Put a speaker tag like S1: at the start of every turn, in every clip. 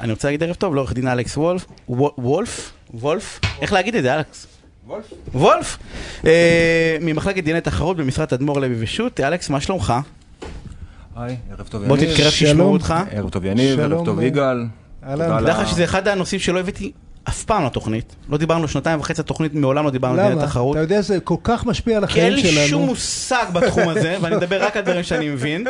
S1: אני רוצה להגיד ערב טוב לעורך דין אלכס וולף. וו- וולף? וולף? איך להגיד את זה, אלכס?
S2: וולף?
S1: וולף! אה, ממחלקת דיני תחרות במשרד תדמור לוי ושות'. אלכס, מה שלומך?
S2: היי, ערב טוב
S1: בוא
S2: יניב.
S1: תתקרב שישמעו
S3: שלום.
S1: אותך.
S2: ערב טוב יניב,
S3: שלום,
S2: ערב טוב
S3: אה,
S2: יגאל.
S3: אהלן.
S2: תודה על
S1: תדע
S2: ה-
S1: לך שזה אחד הנושאים שלא הבאתי אף פעם לתוכנית. לא דיברנו שנתיים וחצי לתוכנית, מעולם לא דיברנו על דיני
S3: למה?
S1: תחרות.
S3: אתה יודע, זה כל כך משפיע על
S1: כי אין
S3: החיים
S1: לי שום
S3: שלנו.
S1: מושג בתחום הזה, ואני מדבר רק על דברים שאני מבין.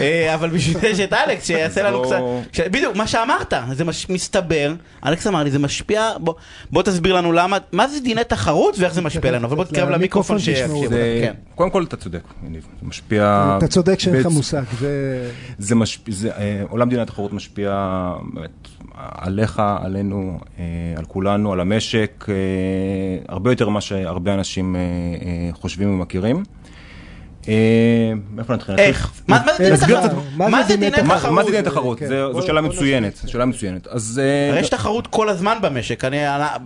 S1: אה, אבל בשביל זה יש את אלכס, שיעשה לנו
S2: בוא.
S1: קצת... ש- בדיוק, מה שאמרת, זה מש- מסתבר. אלכס אמר לי, זה משפיע... בוא- בוא תסביר לנו למה... מה זה דיני תחרות ואיך זה משפיע לנו, אבל בוא תתקרב למיקרופון
S3: למיקרופון
S1: שיקשיבו
S3: תשמעו.
S1: לנו.
S2: זה-
S1: כן.
S2: קודם כל אתה צודק, יניב. זה משפיע...
S3: אתה צודק שאין לך
S2: בעצם-
S3: מושג, זה...
S2: זה משפיע, זה, אה, עולם דיני התחרות משפיע באמת עליך, עלינו, אה, על כולנו, על המשק, אה, הרבה יותר ממה שהרבה אנשים אה, אה, חושבים ומכירים. אה, מאיפה נתחיל?
S1: איך? מה מה זה דיני
S3: נסביר
S1: תחרות?
S3: אה, קצת-
S1: מה זה דיני
S2: מה-
S1: תחרות?
S2: אה, מה זה דיני תחרות?
S3: כן.
S2: זה- זו
S3: בוא-
S2: שאלה
S3: בוא
S2: מצוינת, שאלה מצוינת. אז... אה,
S1: הרי יש תחרות כל הזמן במשק. אני... אה,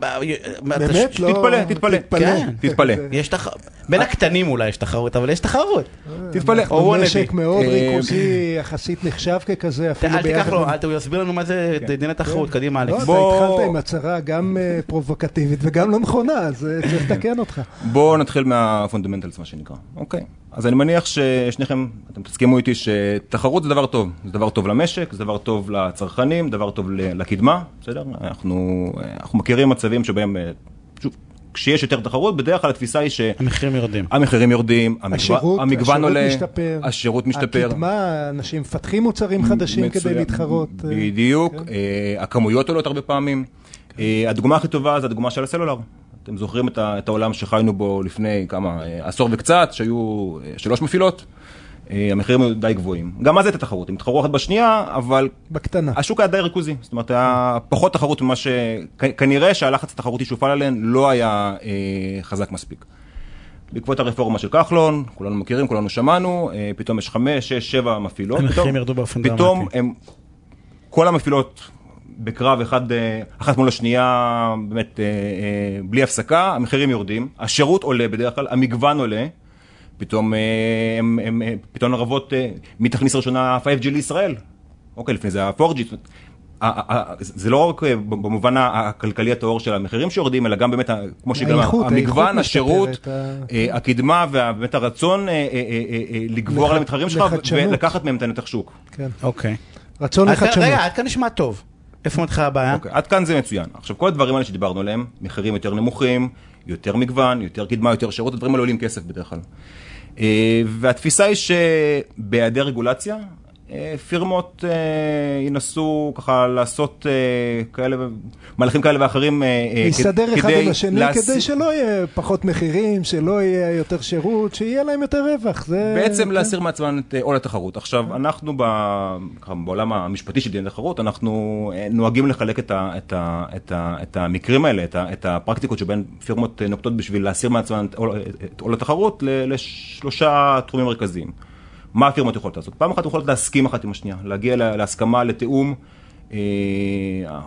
S3: באמת? לא... אה.
S2: תתפלא, תתפלא.
S1: כן.
S2: תתפלא.
S1: יש תחרות. בין הקטנים אולי יש תחרות, אבל יש תחרות.
S2: תתפלא.
S1: או
S3: משק
S1: wannabe.
S3: מאוד
S2: אה,
S3: ריכוזי, יחסית נחשב ככזה, אפילו
S1: אל
S3: ביחד
S1: תיקח לו,
S3: עם-
S1: אל ת- הוא יסביר לנו מה זה דיני תחרות. קדימה,
S3: לא,
S1: אלכס.
S3: אתה
S2: בוא-
S3: התחלת עם הצהרה גם אה, פרובוקטיבית וגם לא נכונה, אז אה, צריך
S2: כן.
S3: לתקן אותך.
S2: בואו נתחיל מהפונדמנטלס, מה שנקרא. אוקיי. אז אני מניח ששניכם, אתם תסכימו איתי שתחרות זה דבר טוב. זה דבר טוב למשק, זה דבר טוב לצרכנים, דבר טוב ל- לקדמה, בסדר? אנחנו, אנחנו מכירים מצבים שבהם, אה, שוב, כשיש יותר תחרות, בדרך כלל התפיסה היא
S1: המחירים יורדים.
S2: שהמחירים יורדים, המגו-
S3: השירות,
S2: המגוון
S3: השירות
S2: עולה,
S3: משתפר,
S2: השירות משתפר.
S3: הקדמה, אנשים מפתחים מוצרים חדשים
S2: מצוין.
S3: כדי להתחרות. אה,
S2: בדיוק, אה, הכמויות עולות הרבה פעמים. אה, הדוגמה הכי טובה זה הדוגמה של הסלולר. אתם זוכרים את ה- את העולם שחיינו בו לפני כמה, אה, עשור וקצת, שהיו אה, שלוש מפעילות. אה, המחירים היו די גבוהים. גם אז הייתה תחרות, הם התחרו אחת בשנייה, אבל
S3: בקטנה.
S2: השוק היה די ריכוזי. זאת אומרת, היה פחות תחרות ממה ש... כ- כנראה שהלחץ התחרותי שהופעל עליהן לא היה אה, חזק מספיק. בעקבות הרפורמה של כחלון, כולנו מכירים, כולנו שמענו, אה, פתאום יש חמש, שש, שבע מפעילות.
S1: המחירים
S2: פתאום-
S1: ירדו באופן
S2: פתאום
S1: דרמטי.
S2: הם, כל המפעילות בקרב אחד, אה, אחת מול השנייה, באמת, אה, אה, בלי הפסקה, המחירים יורדים, השירות עולה בדרך כלל, המגוון עולה. פתאום, אה, הם, הם, אה, פתאום הרבות, אה, מי תכניס ראשונה 5G לישראל? אוקיי, לפני זה היה 4G. זאת אומרת, ה- ה- ה- זה לא רק אה, במובן ה- הכלכלי הטהור של המחירים שיורדים, אלא גם באמת, ה- כמו שגם
S3: האיכות, האיכות
S2: המגוון, השירות,
S3: משתפרת, ה-
S2: אה, הקדמה ובאמת הרצון אה, אה, אה, אה, אה, לגבור
S3: לח-
S2: על המתחרים שלך
S3: לחדשנות.
S2: ולקחת מהם את נתח שוק.
S3: כן.
S1: אוקיי.
S3: רצון
S1: עד כאן-
S3: לחדשנות.
S1: רגע, עד כאן נשמע טוב. איפה מתחילה הבעיה?
S2: אוקיי, עד כאן זה מצוין. עכשיו, כל הדברים האלה שדיברנו עליהם, מחירים יותר נמוכים, יותר מגוון, יותר קדמה, יותר שירות, הדברים האלה עולים כסף בדרך כלל. אה, והתפיסה היא שבהיעדר רגולציה, אה, פירמות אה, ינסו ככה לעשות אה, כאלה, ו- מהלכים כאלה ואחרים, אה, אה,
S3: להסתדר
S2: כ-
S3: אחד עם השני
S2: להס-
S3: כדי שלא יהיה פחות מחירים, שלא יהיה יותר שירות, שיהיה להם יותר רווח. זה...
S2: בעצם
S3: כן.
S2: להסיר מעצמן את אה, עול התחרות. עכשיו, אנחנו ב- ככה, בעולם המשפטי של דיני תחרות, אנחנו אה, נוהגים לחלק את ה- את ה- את ה- את המקרים האלה, את ה- את הפרקטיקות שבהן פירמות אה, נוקטות בשביל להסיר מעצמן את עול- אה, את עול התחרות ל- לשלושה תחומים מרכזיים. מה הפירמות יכולות לעשות? פעם אחת יכולות להסכים אחת עם השנייה, להגיע לה- להסכמה, לתיאום. אה, ה-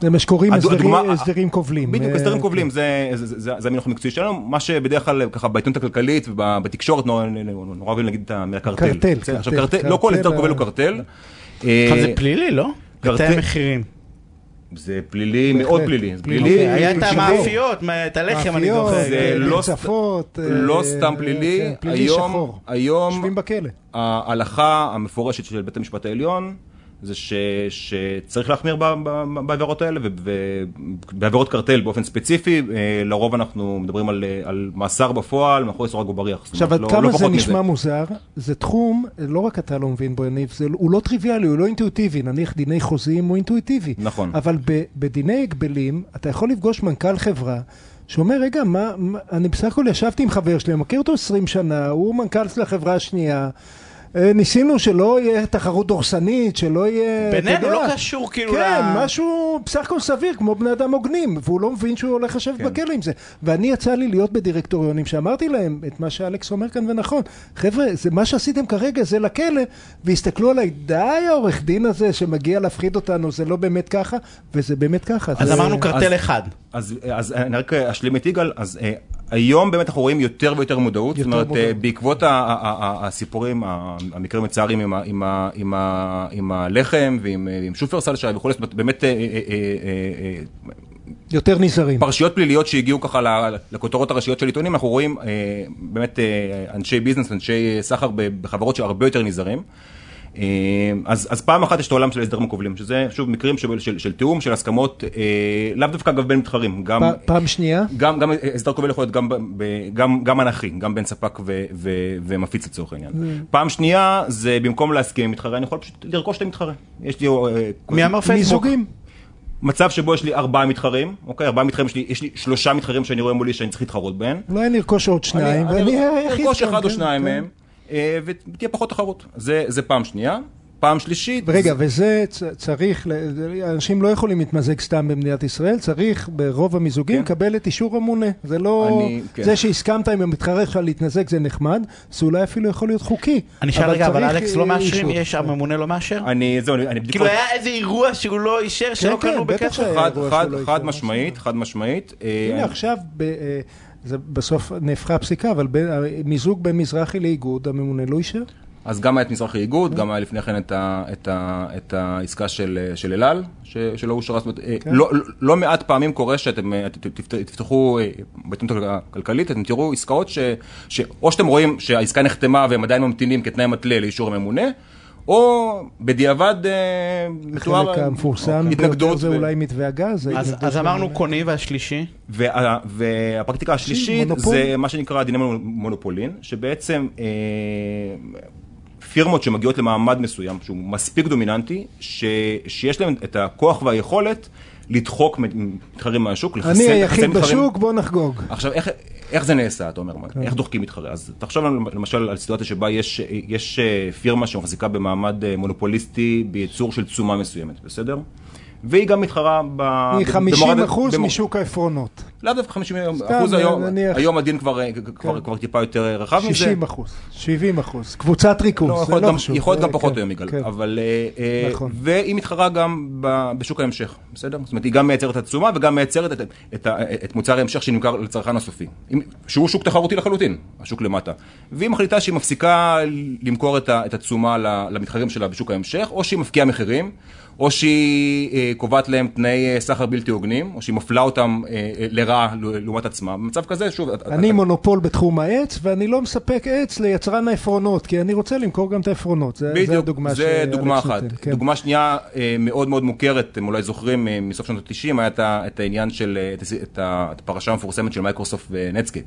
S3: זה מה שקוראים
S2: הדו-
S3: הסדרים-
S2: הדוגמה-
S3: הסדרים כובלים.
S2: בדיוק,
S3: אה,
S2: הסדרים
S3: כן.
S2: כובלים, זה- זה- זה זה המינוח המקצועי שלנו, מה שבדרך כלל ככה בעיתונות הכלכלית ובתקשורת נורא נורא אוהבים להגיד את המילה קרטל.
S3: קרטל,
S2: בסדר, עכשיו
S3: קרטל,
S2: קרטל, לא כל
S3: קרטל
S2: הסדר
S3: ה-
S2: כובל הוא קרטל.
S1: עכשיו
S2: אה,
S1: זה פלילי, לא?
S2: קרטל-
S1: קרטל מחירים.
S2: זה פלילי, מאוד פלילי. זה
S1: אוקיי,
S2: פלילי,
S1: היה את
S3: פלילי.
S1: המאפיות, מה- את הלחם, אני
S3: מאפיות,
S1: זוכר. כן.
S2: זה
S3: אה,
S2: לא
S3: מרצפות, אה,
S2: לא סתם
S3: אה,
S2: פלילי,
S3: כן, פלילי
S2: היום,
S3: שחור.
S2: היום
S3: יושבים בכלא.
S2: ההלכה המפורשת של בית המשפט העליון זה ש, שצריך להחמיר ב- ב- בעבירות האלה ובעבירות קרטל באופן ספציפי, אה, לרוב אנחנו מדברים על, אה, על מאסר בפועל מאחורי סורג ובריח. זאת
S3: עכשיו,
S2: אומרת,
S3: עד
S2: לא- לא
S3: כמה זה
S2: פחות מזה.
S3: נשמע מוזר, זה תחום, לא רק אתה לא מבין בו, יניב, זה- הוא לא טריוויאלי, הוא לא אינטואיטיבי, נניח דיני חוזים הוא אינטואיטיבי.
S2: נכון.
S3: אבל ב- בדיני הגבלים, אתה יכול לפגוש מנכ"ל חברה, שאומר, רגע, מה, מה- אני בסך הכל ישבתי עם חבר שלי, אני מכיר אותו 20 שנה, הוא מנכ"ל של החברה השנייה. אה, ניסינו שלא יהיה תחרות דורסנית, שלא יהיה... אתה
S1: בינינו,
S3: יודע,
S1: לא קשור כאילו
S3: כן,
S1: ל-
S3: משהו בסך הכל סביר, כמו בני אדם הוגנים, והוא לא מבין שהוא הולך לשבת
S2: כן.
S3: בכלא עם זה. ואני יצא לי להיות בדירקטוריונים שאמרתי להם את מה שאלכס אומר כאן ונכון. חבר'ה, זה מה שעשיתם כרגע, זה לכלא, והסתכלו עליי, די העורך דין הזה שמגיע להפחיד אותנו, זה לא באמת ככה, וזה באמת ככה.
S1: אז
S3: זה-
S1: אמרנו קרטל אחד.
S2: אז, אז אני רק אשלים אה, את יגאל, אז אה, היום באמת אנחנו רואים יותר ויותר מודעות, זאת
S3: יותר
S2: אומרת, אה,
S3: מודעות.
S2: בעקבות ה- ה- ה- ה- הסיפורים, ה- המקרים המצערים עם ה- עם ה- עם ה- עם הלחם ועם אה, עם שופרסל שהיה וכו', זאת אומרת, באמת אה, אה, אה, אה, אה,
S3: יותר נזהרים.
S2: פרשיות פליליות שהגיעו ככה ל- לכותרות הראשיות של עיתונים, אנחנו רואים אה, באמת אה, אנשי ביזנס, אנשי אה, סחר ב- בחברות שהרבה יותר נזהרים. אה, אז, אז פעם אחת יש את העולם של ההסדרים הכובלים, שזה שוב מקרים של, של, של תיאום, של הסכמות, אה, לאו דווקא אגב בין מתחרים, גם,
S3: פ- פעם שנייה?
S2: גם, גם הסדר כובל יכול להיות גם, ב- ב- גם, גם אנכי, גם בין ספק ו, ו, ומפיץ לצורך העניין.
S3: Mm.
S2: פעם שנייה זה במקום להסכים עם מתחרה, אני יכול פשוט לרכוש את המתחרה. יש לי... אה,
S1: מי אמר פייסבוק?
S3: מיזוגים.
S2: מצב שבו יש לי ארבעה מתחרים, אוקיי? ארבעה מתחרים, יש לי, יש לי שלושה מתחרים שאני רואה מולי שאני צריך להתחרות בהם.
S3: אולי נרכוש עוד שניים, ואני היחיד.
S2: ארכוש
S3: כאן,
S2: אחד או
S3: כן,
S2: שניים
S3: כן.
S2: מהם, אה, ותהיה פחות תחרות. זה, זה פעם שנייה. פעם שלישית...
S3: רגע,
S2: זה-
S3: וזה צ- צריך, ל- זה- אנשים לא יכולים להתמזג סתם במדינת ישראל, צריך ברוב המיזוגים
S2: כן.
S3: לקבל את אישור המונה. זה לא...
S2: אני- כן.
S3: זה שהסכמת עם המתחרה שלך להתמזג זה נחמד, זה אולי אפילו יכול להיות חוקי.
S1: אני אשאל רגע, אבל
S3: צריך אה,
S1: אלכס לא
S3: אישור.
S1: מאשרים? יש, הממונה לא מאשר?
S2: אני, זהו, אני, אני בדיוק...
S1: כאילו היה איזה אירוע שהוא לא אישר, שלא
S3: כן,
S1: קנו
S3: בטח
S1: בכסף?
S3: שהיה.
S2: חד,
S3: אירוע
S2: חד,
S3: שלא
S2: חד
S3: יקרה,
S2: משמעית, חד משמעית. אה,
S3: הנה
S1: כן.
S2: אני-
S3: עכשיו, ב- אה, זה בסוף נהפכה הפסיקה, אבל בין- המיזוג בין מזרחי לאיגוד, הממונה לא אישר?
S2: אז גם היה את מזרחי איגוד, גם היה לפני כן את, ה, את, ה, את העסקה של, של אלעל, ש- שלא אושרה, זאת אומרת, אה,
S3: כן.
S2: לא, לא- לא מעט פעמים קורה שאתם אה, ת- ת- תפת- תפתחו אה, בעיתונות הכלכלית, אתם תראו עסקאות ש, שאו שאתם רואים שהעסקה נחתמה והם עדיין ממתינים כתנאי מתלה לאישור הממונה, או בדיעבד אה, מתואר
S3: החלק המפורסם ביותר
S2: אוקיי. התנגדות.
S3: זה
S2: ו-
S3: אולי מתווה הגז.
S1: אז-
S3: ההתנגדות
S1: אז
S3: של
S1: אמרנו
S3: הממונה.
S1: קונים והשלישי?
S2: וה, והפרקטיקה השלישית
S3: מונופול.
S2: זה מה שנקרא דיני מונו- מונופולין, שבעצם אה, פירמות שמגיעות למעמד מסוים, שהוא מספיק דומיננטי, ש, שיש להן את הכוח והיכולת לדחוק מתחרים מהשוק, לחסן
S3: אני
S2: לחסן
S3: היחיד
S2: מתחרים.
S3: בשוק, בוא נחגוג.
S2: עכשיו, איך, איך זה נעשה, אתה אומר, כן. איך דוחקים מתחרה? אז תחשוב על- למשל על סיטואציה שבה יש, יש אה, פירמה שמחזיקה במעמד אה, מונופוליסטי בייצור של תשומה מסוימת, בסדר? והיא גם מתחרה ב...
S3: היא
S2: במורד-
S3: 50 אחוז
S2: במורד-
S3: משוק העפרונות,
S2: לאו דווקא 50 אחוז היום,
S3: נניח-
S2: היום הדין כבר, כבר, כבר טיפה יותר רחב מזה.
S3: 60 אחוז, 70 אחוז, קבוצת ריכוז,
S2: לא,
S3: זה
S2: יכול להיות
S3: לא
S2: גם-
S3: חשוב.
S2: יכול להיות
S3: זה-
S2: גם פחות
S3: כן,
S2: היום יגאל,
S3: כן.
S2: אבל... אה, אה,
S3: נכון.
S2: והיא מתחרה גם ב- בשוק ההמשך, בסדר? זאת אומרת, היא גם מייצרת את התשומה וגם מייצרת את, את, ה- את מוצר ההמשך שנמכר לצרכן הסופי, אם- שהוא שוק תחרותי לחלוטין, השוק למטה. והיא מחליטה שהיא מפסיקה למכור את, ה- את התשומה ל- למתחרים שלה בשוק ההמשך, או שהיא מפקיעה מחירים. או שהיא אה, קובעת להם תנאי אה, סחר בלתי הוגנים, או שהיא מפלה אותם אה, אה, לרעה ל- לעומת עצמה. במצב כזה, שוב... אתה-
S3: אני
S2: אתה-
S3: מונופול בתחום העץ, ואני לא מספק עץ ליצרן העפרונות, כי אני רוצה למכור גם את העפרונות. זה- זה הדוגמה
S2: זה
S3: שאלכס
S2: דוגמה אחת.
S3: נותן, כן.
S2: דוגמה שנייה אה, מאוד מאוד מוכרת, אתם אולי זוכרים, אה, מסוף שנות ה-90, היה את ה- את העניין של, אה, את הס- את ה- את הפרשה המפורסמת של מייקרוסופט ונטסקייפ,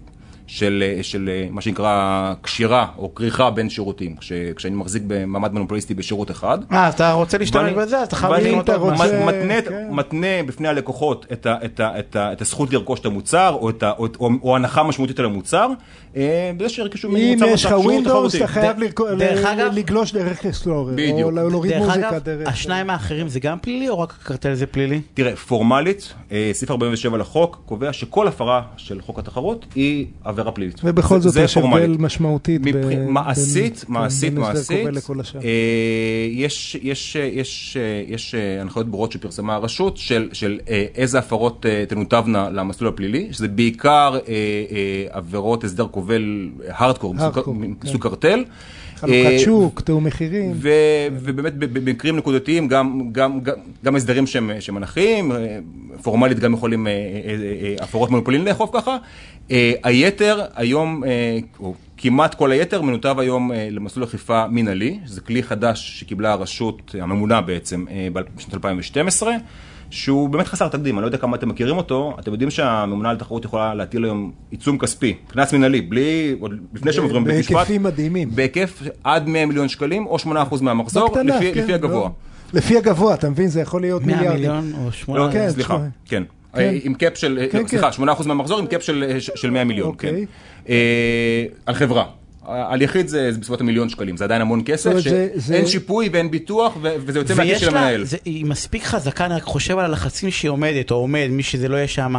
S2: של אה, של, אה, מה שנקרא קשירה או כריכה בין שירותים, כש- כשאני מחזיק במעמד מונופוליסטי בשירות אחד.
S1: אה, אז אתה רוצה להשתמש
S2: ואני-
S1: בזה, אז אתה חייב
S2: ואני
S1: לקנות אה,
S3: אתה
S1: עוד
S3: רוצה-
S1: משהו.
S2: מ- מתנה,
S3: כן.
S2: מתנה בפני הלקוחות את, ה, את, ה, את, ה, את הזכות לרכוש את המוצר, או, את ה, או, או, או הנחה משמעותית על המוצר, אה, בזה שירכשו ממני
S3: אם
S2: מוצר
S3: יש לך
S2: נוסף שהוא
S3: ווינדוס,
S2: תחרותי.
S3: אתה חייב
S1: ד-
S3: לרכו-
S1: דרך
S3: ל-
S1: אגב-
S3: לגלוש דרך אסטלורר, או לא-
S2: בדיוק.
S3: להוריד
S1: דרך
S3: מוזיקה
S1: אגב,
S3: דרך...
S1: השניים האחרים זה גם פלילי או רק הקרטל זה פלילי?
S2: תראה, פורמלית, אה, סעיף 47 לחוק קובע שכל הפרה של חוק התחרות היא עבירה פלילית.
S3: ובכל
S2: זה-
S3: זאת
S2: זה
S3: יש הבדל
S2: פורמלית.
S3: משמעותית. ב-
S2: מבח-
S3: בין-
S2: מעשית,
S3: בין-
S2: מעשית,
S3: בין הסדר
S2: מעשית,
S3: כובל לכל השאר.
S2: אה, יש- יש אה, יש, אה, יש, אה, הנחיות ברורות שפרסמה הרשות של- של אה, איזה הפרות אה, תנותבנה למסלול הפלילי, שזה בעיקר אה, אה, עבירות הסדר כובל הארדקור, מסוג-
S3: הארדקור,
S2: מסוג קרטל.
S3: כן. חלוקת
S2: אה,
S3: שוק, תיאום מחירים.
S2: ו, ובאמת ב- ב- במקרים נקודתיים גם, גם, גם, גם הסדרים שהם, שהם אנכיים, אה, פורמלית גם יכולים אה, אה, אה, אה, הפרות מונופולין לאכוף ככה. אה, היתר היום, אה, או כמעט כל היתר, מנותב היום אה, למסלול אכיפה מינהלי, שזה כלי חדש שקיבלה הרשות, הממונה בעצם, אה, ב- בשנת 2012. שהוא באמת חסר תקדים, אני לא יודע כמה אתם מכירים אותו, אתם יודעים שהממונה על תחרות יכולה להטיל היום עיצום כספי, קנס מינהלי, בלי, עוד לפני שהם עוברים בבית משפט.
S3: בהיקפים מדהימים.
S2: בהיקף עד 100 מיליון שקלים או 8% מהמחזור,
S3: בקטנה,
S2: לפי,
S3: כן,
S2: לפי הגבוה.
S3: לא? לפי הגבוה, אתה מבין? זה יכול להיות
S1: 100
S3: מיליארדים.
S1: מיליון או שמונה?
S2: לא,
S3: כן,
S2: סליחה,
S3: תשמע.
S2: כן.
S3: כן.
S2: אה, עם קאפ של,
S3: כן,
S2: לא, סליחה, 8% מהמחזור עם קאפ של, אה, ש- של 100 מיליון, כן.
S3: אוקיי.
S2: אה, על חברה. אה, על יחיד זה, זה בסביבות המיליון שקלים, זה עדיין המון כסף,
S3: אומרת, זה- זה-
S2: שאין שיפוי ואין ביטוח, ו- וזה יוצא מהכיס
S1: ויש
S2: של המנהל.
S1: לה, זה, היא מספיק חזקה, אני רק חושב על הלחצים שהיא עומדת, או עומד, מי שזה לא יהיה שם.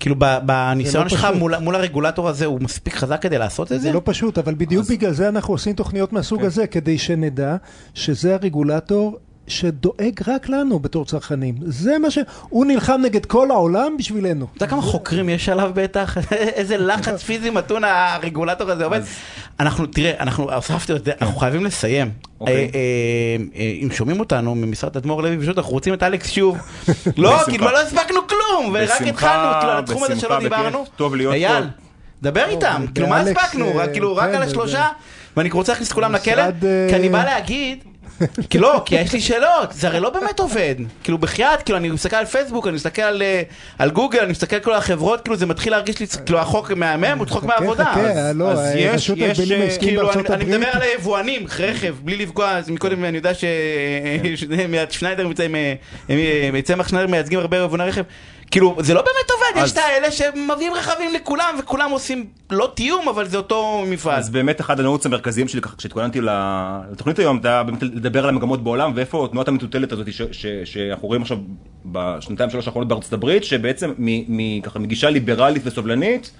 S1: כאילו ב- בניסיון
S3: לא
S1: שלך
S3: פשוט.
S1: מול, מול הרגולטור הזה, הוא מספיק חזק כדי לעשות את זה? כן.
S3: זה לא פשוט, אבל בדיוק בגלל זה אנחנו עושים תוכניות מהסוג הזה, כדי שנדע שזה הרגולטור שדואג רק לנו בתור צרכנים. זה מה ש... הוא נלחם נגד כל העולם בשבילנו.
S1: אתה יודע כמה חוקרים יש עליו בטח? איזה לחץ פיזי מתון הרגולטור הזה עובד. אנחנו, תראה, אנחנו, הוספתי את זה, אנחנו חייבים לסיים. אה,
S2: כן. אוקיי.
S1: אה, אה, אם שומעים אותנו ממשרד אדמו"ר לוי, פשוט אנחנו רוצים את אלכס שוב. לא,
S2: בשמחה.
S1: כי כבר לא הספקנו כלום, ורק
S2: בשמחה,
S1: התחלנו את התחום הזה שלא
S2: בשמחה, בכיף.
S1: דיברנו.
S2: טוב להיות
S1: אייל,
S2: פה.
S1: דבר איתם, כאילו מה
S3: באלכס,
S1: הספקנו?
S3: אה,
S1: רק- כאילו רק
S3: כן,
S1: על
S3: וזה-
S1: השלושה, ואני רוצה להכניס את כולם לכלא,
S3: משרד, אה,
S1: כי אני בא להגיד... כי לא, כי יש לי שאלות, זה הרי לא באמת עובד. כאילו בחייאת, כאילו אני מסתכל על פייסבוק, אני מסתכל על, אה, על גוגל, אני מסתכל על כל החברות, כאילו זה מתחיל להרגיש לי, כאילו החוק מהמם, הוא צחוק מהעבודה.
S3: חכה,
S1: אז-
S3: חכה, לא,
S2: אז יש-
S3: רשות
S2: יש,
S3: ההגבלים
S2: אה,
S3: העסקיים
S1: כאילו,
S3: בארצות
S1: אני, אני
S3: הברית,
S1: מדבר על היבואנים, רכב, בלי לפגוע, אז מקודם אני יודע אה, ששניידר, אה, צמח שניידר מייצגים הרבה יבואני רכב. כאילו, זה לא באמת עובד, יש
S2: אז-
S1: את האלה שמביאים רכבים לכולם, וכולם עושים לא תיאום, אבל זה אותו מפעל.
S2: אז באמת אחד הנאוץ המרכזיים שלי ככה כשהתכוננתי ל- לתוכנית היום, זה היה באמת לדבר על המגמות בעולם ואיפה תנועת המטוטלת הזאת ש- ש- שאנחנו רואים עכשיו בשנתיים שלוש האחרונות בארצות הברית, שבעצם מ- מ- ככה מגישה ליברלית וסובלנית.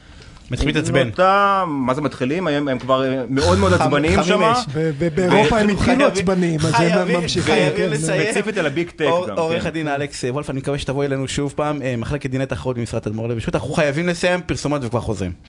S1: מתחילים להתעצבן.
S2: אותה- מה זה מתחילים? הם הם כבר אה, מאוד מאוד עצבניים
S1: חמים
S2: שם.
S1: אש.
S3: ב- ב- באירופה הם התחילו עצבניים, אז הם
S1: חייבים-
S3: ממשיכים.
S1: חייבים
S3: כן,
S1: לסיים.
S2: ספציפית על הביג טק
S1: אור-
S2: גם,
S1: עורך
S2: כן.
S1: הדין אלכס אה, וולף, אני מקווה שתבוא אלינו שוב פעם, אה, מחלקת דיני תחרות במשרד תדמור לוי. פשוט אנחנו חייבים לסיים פרסומות וכבר חוזרים.